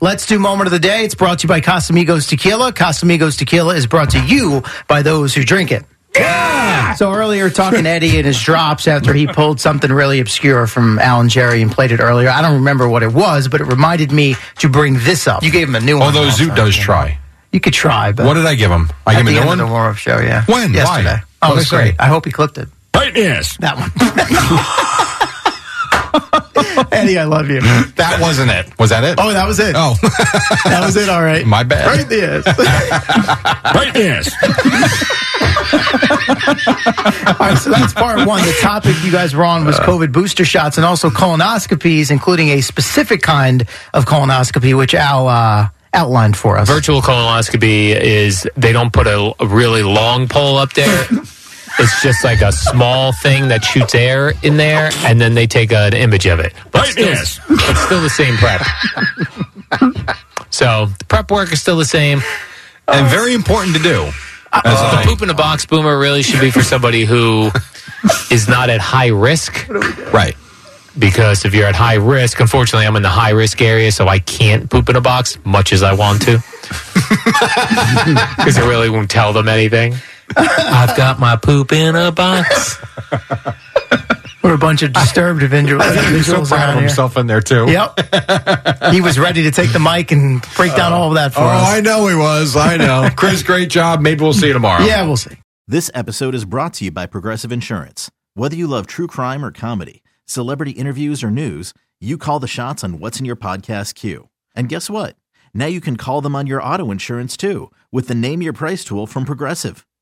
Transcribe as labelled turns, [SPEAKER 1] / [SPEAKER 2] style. [SPEAKER 1] Let's do moment of the day. It's brought to you by Casamigos Tequila. Casamigos Tequila is brought to you by those who drink it. So earlier, talking to Eddie and his drops after he pulled something really obscure from Alan Jerry and played it earlier. I don't remember what it was, but it reminded me to bring this up. You gave him a new one.
[SPEAKER 2] Although
[SPEAKER 1] last
[SPEAKER 2] Zoot
[SPEAKER 1] time.
[SPEAKER 2] does try.
[SPEAKER 1] You could try, but
[SPEAKER 2] What did I give him? I
[SPEAKER 1] at
[SPEAKER 2] gave
[SPEAKER 1] the
[SPEAKER 2] him
[SPEAKER 1] end
[SPEAKER 2] no
[SPEAKER 1] of the
[SPEAKER 2] one.
[SPEAKER 1] warm-up show, yeah.
[SPEAKER 2] When? Why?
[SPEAKER 1] Yesterday. Oh,
[SPEAKER 2] Oh,
[SPEAKER 1] it was
[SPEAKER 2] sorry.
[SPEAKER 1] great. I hope he clipped it.
[SPEAKER 3] Yes.
[SPEAKER 1] That one. Eddie, I love you.
[SPEAKER 2] That wasn't it. Was that it?
[SPEAKER 1] Oh, that was it.
[SPEAKER 2] Oh,
[SPEAKER 1] That was it. All right.
[SPEAKER 2] my bad.
[SPEAKER 1] Right there. All
[SPEAKER 3] Yes.
[SPEAKER 1] right, so that's part one. The topic you guys were on was COVID booster shots and also colonoscopies, including a specific kind of colonoscopy, which Al uh, outlined for us.
[SPEAKER 4] virtual colonoscopy is they don't put a, a really long pole up there. it's just like a small thing that shoots air in there, and then they take an image of it. But
[SPEAKER 3] Right,
[SPEAKER 4] still,
[SPEAKER 3] yes.
[SPEAKER 4] it's still the same prep. so the prep work is still the same.
[SPEAKER 2] and very important to do. As a thing.
[SPEAKER 4] Poop in a box boomer really should be for somebody who is not at high risk.
[SPEAKER 2] Right.
[SPEAKER 4] Because if you're at high risk, unfortunately, I'm in the high risk area, so I can't poop in a box much as I want to. Because I really won't tell them anything. I've got my poop in a box.
[SPEAKER 1] We're a bunch of disturbed individuals.
[SPEAKER 2] He's so
[SPEAKER 1] individuals
[SPEAKER 2] proud
[SPEAKER 1] around
[SPEAKER 2] of
[SPEAKER 1] here.
[SPEAKER 2] himself in there too.
[SPEAKER 1] Yep. he was ready to take the mic and break down all of that for
[SPEAKER 2] Oh,
[SPEAKER 1] us.
[SPEAKER 2] I know he was. I know. Chris, great job. Maybe we'll see you tomorrow.
[SPEAKER 1] yeah, we'll see.
[SPEAKER 5] This episode is brought to you by Progressive Insurance. Whether you love true crime or comedy, celebrity interviews or news, you call the shots on what's in your podcast queue. And guess what? Now you can call them on your auto insurance too with the Name Your Price tool from Progressive.